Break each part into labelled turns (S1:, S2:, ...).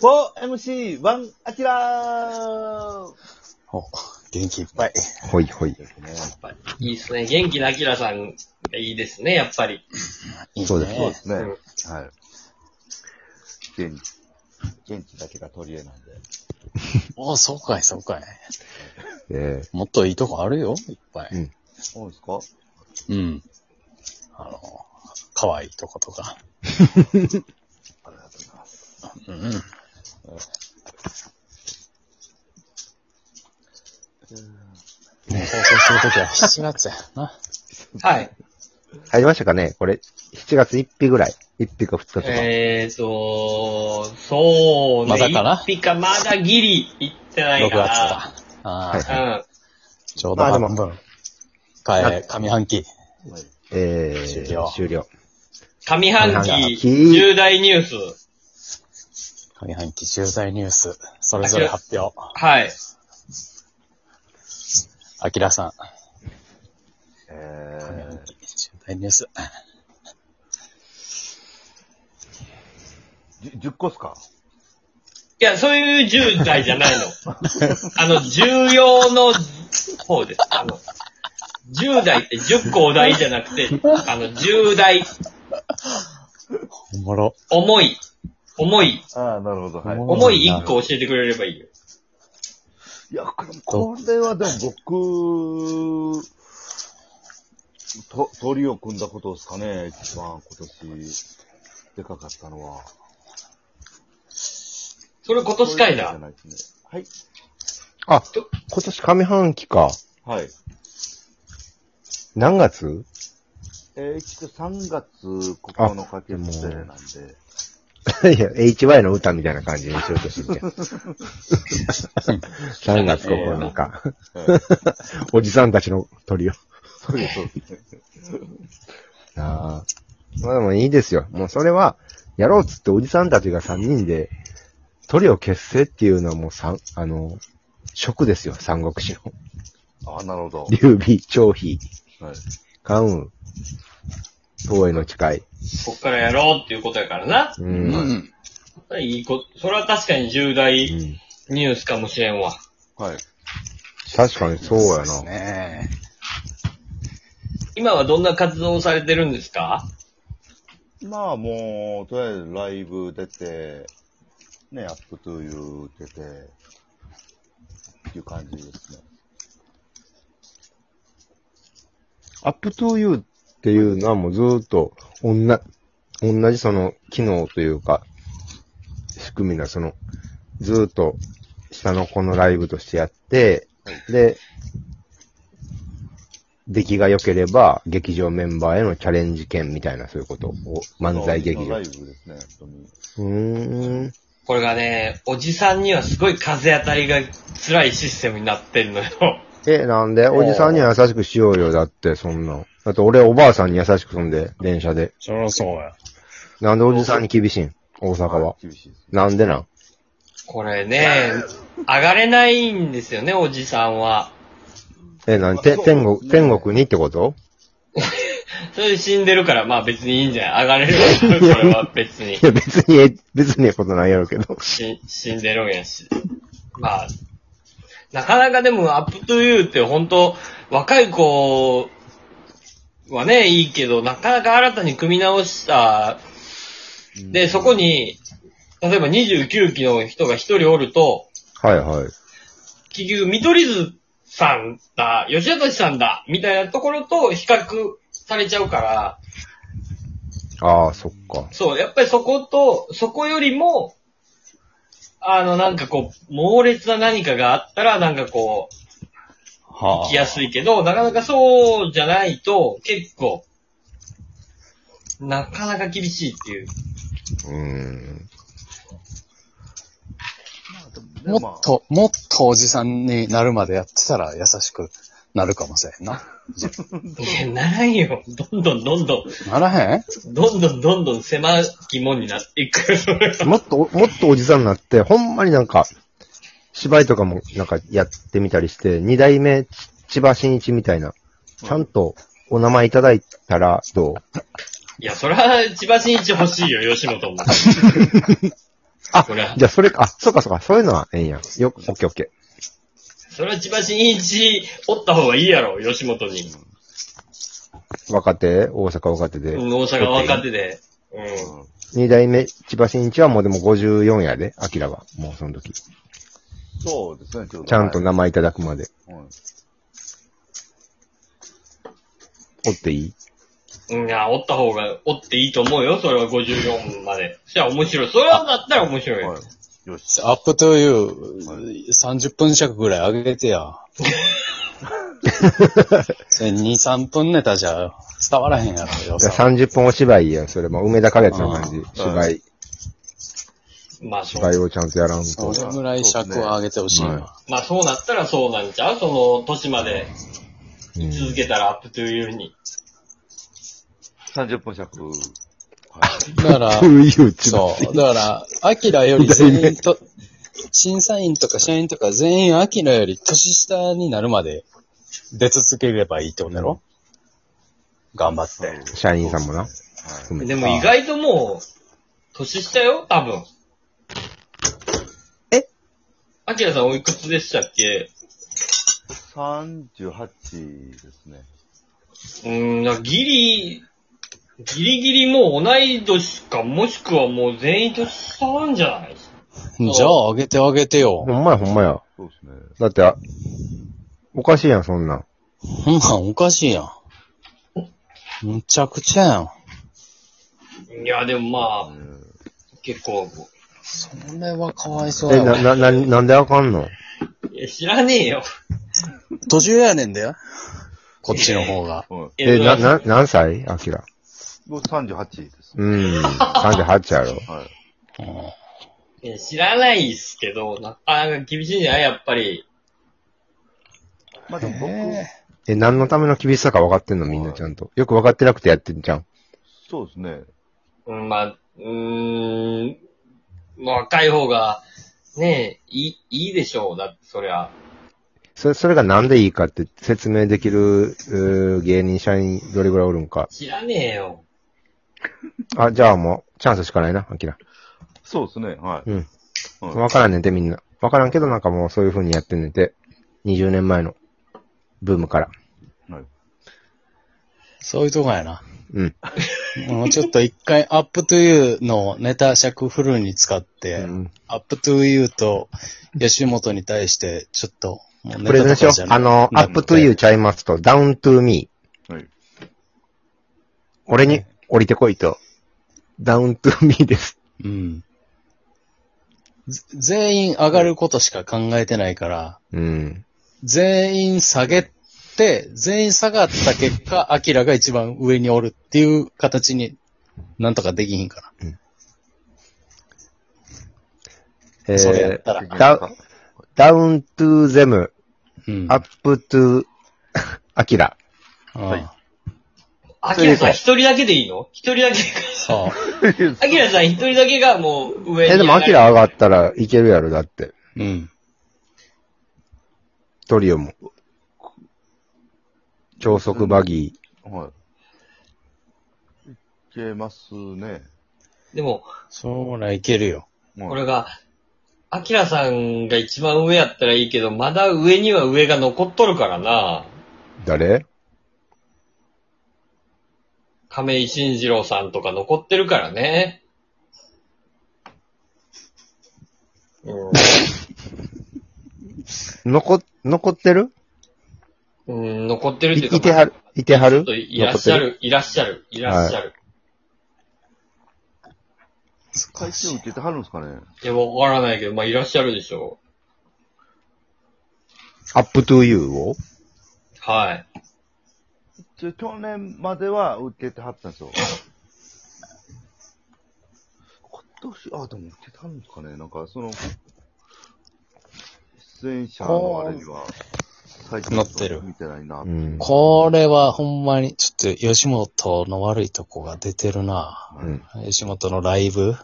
S1: 4MC1 アキラー
S2: お、元気いっぱ い。
S3: ほいほい。
S4: いいですね。元気なアキラさんがいいですね、やっぱり。
S2: いい
S3: そうです
S2: ね。
S5: ね。
S4: うん
S5: はい。元気。元気だけが取り柄なんで。
S2: おそうかい、そうかい。
S3: え
S2: もっといいとこあるよ、いっぱい。
S5: そうですか
S2: うん。あの、可愛いとこと か。
S5: ありがとうございます。
S2: うん。ね放送するときは7月やな。
S4: はい。
S3: え入りましたかねこれ、7月1日ぐらい。1日か2日とか。
S4: えーと、そうね。
S2: まだかな
S4: 一匹か、まだギリ行ってない
S2: 6
S4: かな。
S2: 月か。ああ、
S3: はい
S4: うん。
S2: ちょうど
S3: まあでも
S2: 半分。かえ、上半期。
S3: えー
S2: 終了
S3: 終了。
S4: 上半期、
S3: 期
S4: 重大ニュース。
S2: 上半期重大ニュース。それぞれ発表。
S4: はい。
S2: あきらさん。
S5: え
S2: 上
S5: ー
S2: 半、期重大ニュース。
S5: じゅ10個っすか
S4: いや、そういう重大じゃ ないの。あの、重要の方です。あの、重大って10個お題じゃなくて、あの、重大、
S2: おもろ。
S4: 重い、重い、
S5: ああ、なるほど。はい。
S2: もう
S4: 重い1個教えてくれればいいよ。
S5: いや、これこれはでも僕、と、トリを組んだことですかね、一番今年、でかかったのは。
S4: それ今年かい
S5: じゃ
S4: な。
S5: ないですね。はい。
S3: あ、今年上半期か。
S5: はい。
S3: 何月
S5: えー、一応3月9日決定なんで。
S3: いや、HY の歌みたいな感じにしようとしてるじゃん。3月9日。
S5: はい
S3: おじさんたちの鳥を。
S5: そうです、そうです。
S3: ああ。まあでもいいですよ。もうそれは、やろうっつっておじさんたちが3人で、トリを結成っていうのはもう三、あの、食ですよ、三国志の。
S5: ああ、なるほど。
S3: 劉備、張飛、
S5: はい。
S3: 関羽、東への誓い。
S4: こっからやろうっていうことやからな。
S3: う。
S2: うん
S3: うん
S2: ん。
S4: いいこ、それは確かに重大ニュースかもしれんわ。
S5: はい。
S3: 確かにそうや
S2: です
S3: な。
S2: ね
S4: 今はどんな活動をされてるんですか
S5: まあもう、とりあえずライブ出て、ね、アップトゥーユー出て、っていう感じですね。
S3: アップトゥーユーっていうのはもうずーっと、おんな、同じその、機能というか、仕組みがその、ずーっと、下の子のライブとしてやって、で、出来が良ければ、劇場メンバーへのチャレンジ権みたいな、そういうことを、漫才劇場。
S5: ライ
S3: う
S5: ブですね、本当に。
S3: ーん。
S4: これがね、おじさんにはすごい風当たりが辛いシステムになってんのよ。
S3: え、なんでおじさんには優しくしようよ、だって、そんなん。だって俺おばあさんに優しくそんで、電車で。
S2: そりゃそうや。
S3: なんでおじさんに厳しいん大阪は。
S5: 厳しいですね。
S3: なんでなん
S4: これね、上がれないんですよね、おじさんは。
S3: え、なんて、
S5: そう
S3: 天国、天国にってこと
S4: それで死んでるから、まあ別にいいんじゃない上がれるわ、それは別に
S3: い。や、別に、え別にええことないやろうけど。
S4: し死んでるんやし。まあ、なかなかでもアップトゥーユーって本当若い子はね、いいけど、なかなか新たに組み直した。で、そこに、例えば29期の人が一人おると、
S3: はいはい。
S4: 結局、見取り図さんだ、吉田達さんだ、みたいなところと比較されちゃうから、
S3: ああ、そっか。
S4: そう、やっぱりそこと、そこよりも、あの、なんかこう、猛烈な何かがあったら、なんかこう、
S2: は
S4: 行きやすいけど、なかなかそうじゃないと、結構、なかなか厳しいっていう。
S3: うーん。
S2: もっと、もっとおじさんになるまでやってたら優しくなるかもしれんな。
S4: いや、ならんよ。どんどんどんど
S2: ならへん
S4: ん、どんどんどんどん狭き門になっていく。 それは
S3: もっと、もっとおじさんになって、ほんまになんか、芝居とかもなんかやってみたりして、二代目、千葉真一みたいな、ちゃんとお名前いただいたら、どう
S4: いや、それは千葉真一欲しいよ、吉本も。
S3: あ
S4: これは、
S3: じゃあそれか、あ、そうかそうか、そういうのはええんや。よ、オッケーオッケ
S4: それは千葉真一おった方がいいやろ、吉本に。
S3: ー。若手、大阪若手で。
S4: うん、大阪若手で。うん。
S3: 二代目、千葉真一はもうでも54やで、アキラは。もうその時。ち
S5: そうですね、ちょっと。
S3: ゃんと名前いただくまで。
S5: うん。
S3: おっていい
S4: うん、いや、おった方が、おっていいと思うよ。それは54まで。じゃあ面白い。それはだったら面白い。
S5: はい。よし。
S2: アップトゥー、30分尺ぐらい上げてや。それ2、3分ネタじゃ伝わらへんやろ、よ
S3: じゃあ
S2: さ。
S3: 30分お芝居やん、それも。梅田花月の感じ。芝居、
S4: まあ、そう
S3: 芝居。をちゃんとやらん
S2: そ
S3: と。
S2: れぐらい尺を上げてほしいわ。
S4: まあ、そうなったらそうなんちゃうその、年まで
S3: うん
S4: 続けたらアップトゥーユーに。
S5: 30分尺。
S2: だから、
S3: そういう千葉
S2: そ
S3: 真
S2: う。だから、アキラより全員と、 審査員とか社員とか全員アキラより年下になるまで出続ければいいってことやろ、頑張って。
S3: 一。 社員さんもな。
S5: は
S3: うん
S4: でも意外ともう、年下よ多分。
S3: え
S4: アキラさんおいくつでしたっけ
S5: い。38ですね。
S4: うーん、だからギリ、ギリギリもう同い年か、もしくはもう全員年下なんじゃない
S2: じゃあ、あげてあげてよ。
S3: ほんまやほんまや。
S5: そうですね。
S3: だって、あおかしいやん、そんなん。
S2: ほんなんおかしいやん。むちゃくちゃやん。
S4: いや、でもまあ、結構、
S2: それはかわいそう
S3: え、
S2: や
S3: な、
S2: わ。
S3: な、な、なんであかんの
S4: いや知らねえよ。
S2: 年上やねんだよ。こっちの方が。
S5: うん。
S3: え、
S4: い
S3: な、
S4: や
S3: な、何歳アキラ。
S5: 僕38です。
S3: うん。38やろ。
S5: はい。
S2: う
S4: いや知らないっすけど、なかなか厳しいんじゃないやっぱり。
S5: まあでも僕、
S3: え、何のための厳しさか分かってんのみんなちゃんと。よく分かってなくてやってんじゃん。
S5: そうですね。
S4: うん、まあ、うーん、まあ若い方が、ねえ、いい、いいでしょう。だって、そりゃ。
S3: それ、それがなんでいいかって説明できる、うー芸人社員どれぐらいおるんか。
S4: 知らねえよ。
S3: あ、じゃあもう、チャンスしかないな、アキラ。
S5: そうですね。はい。
S3: うん。
S5: はい
S3: 分からんねんて、みんな。分からんけどなんかもうそういう風にやってんねんて。20年前の、ブームから。
S5: はい。
S2: そういうとこやな。
S3: うん。
S2: もうちょっと一回、アップトゥユーのネタ尺フルに使って、
S3: うん
S2: アップトゥユーと吉本に対して、ちょっと、もう
S3: これで
S2: と
S3: しょあの、アップトゥユーちゃいますと、ダウントゥーミー。
S5: はい。
S3: 俺に降りてこいと。ダウントゥーミーです。
S2: うん。ぜ全員上がることしか考えてないから、
S3: うん。
S2: 全員下げて、全員下がった結果、アキラが一番上におるっていう形になんとかできひんか
S3: え
S2: それやった
S5: ら
S3: ダダウントゥーゼム、
S2: な。うん。
S3: アップトゥー、 アキラ。
S2: うん
S5: はい
S4: ア
S3: そう
S4: キ
S3: いう
S4: ラ
S3: こと
S4: さん一人だけでいいの一人だけ。
S2: そう。
S4: アキラさん一人だけがもう上に。
S3: え、でもアキ。ラ上がったらいけるやろ、だって。
S2: うん。
S3: トリオも。超速バギ
S5: はい。いけますね。
S4: でも、
S2: そらいけるよ。
S5: まあ
S4: これが、アキラさんが一番上やったらいいけど、まだ上には上が残っとるからな。
S3: ー。誰
S4: 亀井慎二郎さんとか残ってるからね。うん
S3: 残、残ってる
S4: うん、残ってるっ
S3: い
S4: ていうか。
S3: いてはるいては
S4: ちょ
S3: る
S4: っといらっしゃ
S3: 残
S4: る、いらっしゃる、いらっしゃる。
S5: 回収受けてはるんですかね。
S4: いや、わからないけど、まあ、いらっしゃるでしょ
S3: アップトゥーユーを
S4: う。はい。
S5: ちょ去年までは受けてはったんですよ。今年、あ、でも受けてはるんですかね。なんか、その、出演者のあれには、最
S2: 載ってる
S5: 見てないな。
S3: うん。
S2: これはほんまに、ちょっと吉本の悪いとこが出てるな。
S3: うん
S2: 吉本のライブ。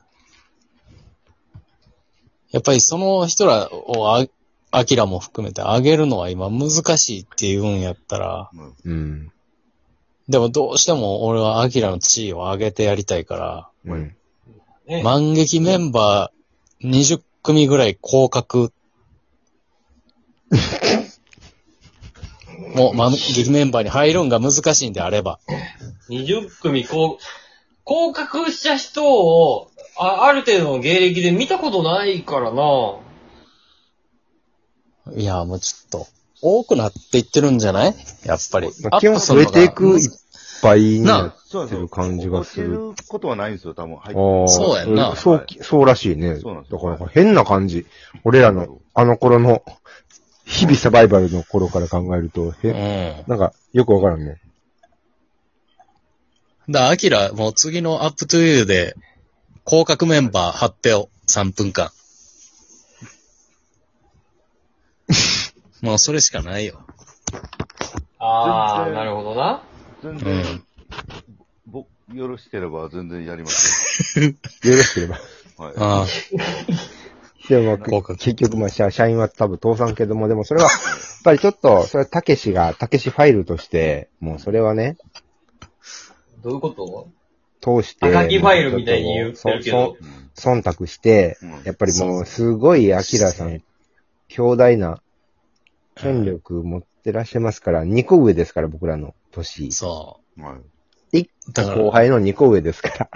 S2: やっぱりその人らをあ、アキラも含めて上げるのは今難しいっていうんやったら、
S5: うん
S3: うん。
S2: でもどうしても俺はアキラの地位を上げてやりたいから、
S3: うん。
S4: ね、
S2: 万劇メンバー20組ぐらい降格。もう、ま、メンバーに入るんが難しいんであれば。
S4: 20組こう、降格した人をあ、ある程度の芸歴で見たことないからな。
S2: いや、もうちょっと、多くなっていってるんじゃないやっぱり。
S3: まあ、基本増えていくいっぱいにな
S5: そう
S3: ってる感じがする。
S5: 落ちることはないんですよ、多分。入って
S3: ああ
S2: そうやんな
S3: そう、そうらしいね。
S5: そうなんです
S3: だ
S5: よ
S3: から変な感じ。俺らの、あの頃の、日々サバイバルの頃から考えると、
S2: う
S3: へ、
S2: ん。
S3: なんか、よくわからんね。
S2: だ、アキラ、もう次のアップトゥユーで、広角メンバー発表、3分 間。もうそれしかないよ。
S4: ああ、
S5: 全然
S4: なるほどな。
S5: 全
S2: う
S5: 然
S2: ん、。
S5: 僕、よろしければ全然やります
S3: よろしければ。
S5: よ。はい。
S2: ああ、
S3: でも、
S2: 合格
S3: 結局、まあ、社社員は多分倒産けども、でもそれは、やっぱりちょっと、それはたけしが、たけしファイルとして、もうそれはね、
S4: どういうこと
S3: 通して。
S4: 赤木ファイルみたいに言ってるけ
S3: そう
S4: ど。
S3: そん忖度して
S5: うん、
S3: やっぱりもう、すごい、アキラさん、強大な権力持ってらっしゃいますから、2個上ですから、僕らの年。
S2: そ
S5: はい。
S2: う。だから、
S3: 後輩の2個上ですから。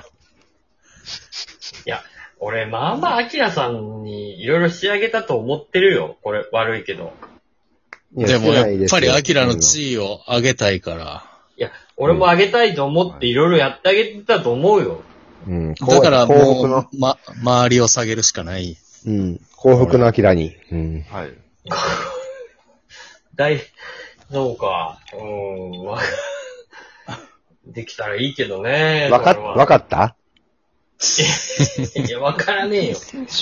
S4: 俺、まあまあ、アキラさんにいろいろ仕上げたと思ってるよ。これ、悪いけど。
S3: い
S2: でも
S3: して
S2: や
S3: な
S2: っ
S3: いで
S2: ぱりアキラの
S3: すよ
S2: 地位を上げたいから。
S4: いや、俺もあげたいと思っていろいろやってあげてたと思うよ。
S3: うん。
S2: だから
S3: 幸福
S2: も
S3: の、
S2: う、ま、周りを下げるしかない。
S3: うん。幸福のアキラに。うん。
S5: はい。
S4: 大、そうか。うーん、わ できたらいいけどね。
S3: わかっ、
S4: それは
S3: わかった
S4: いや、わからねえよ。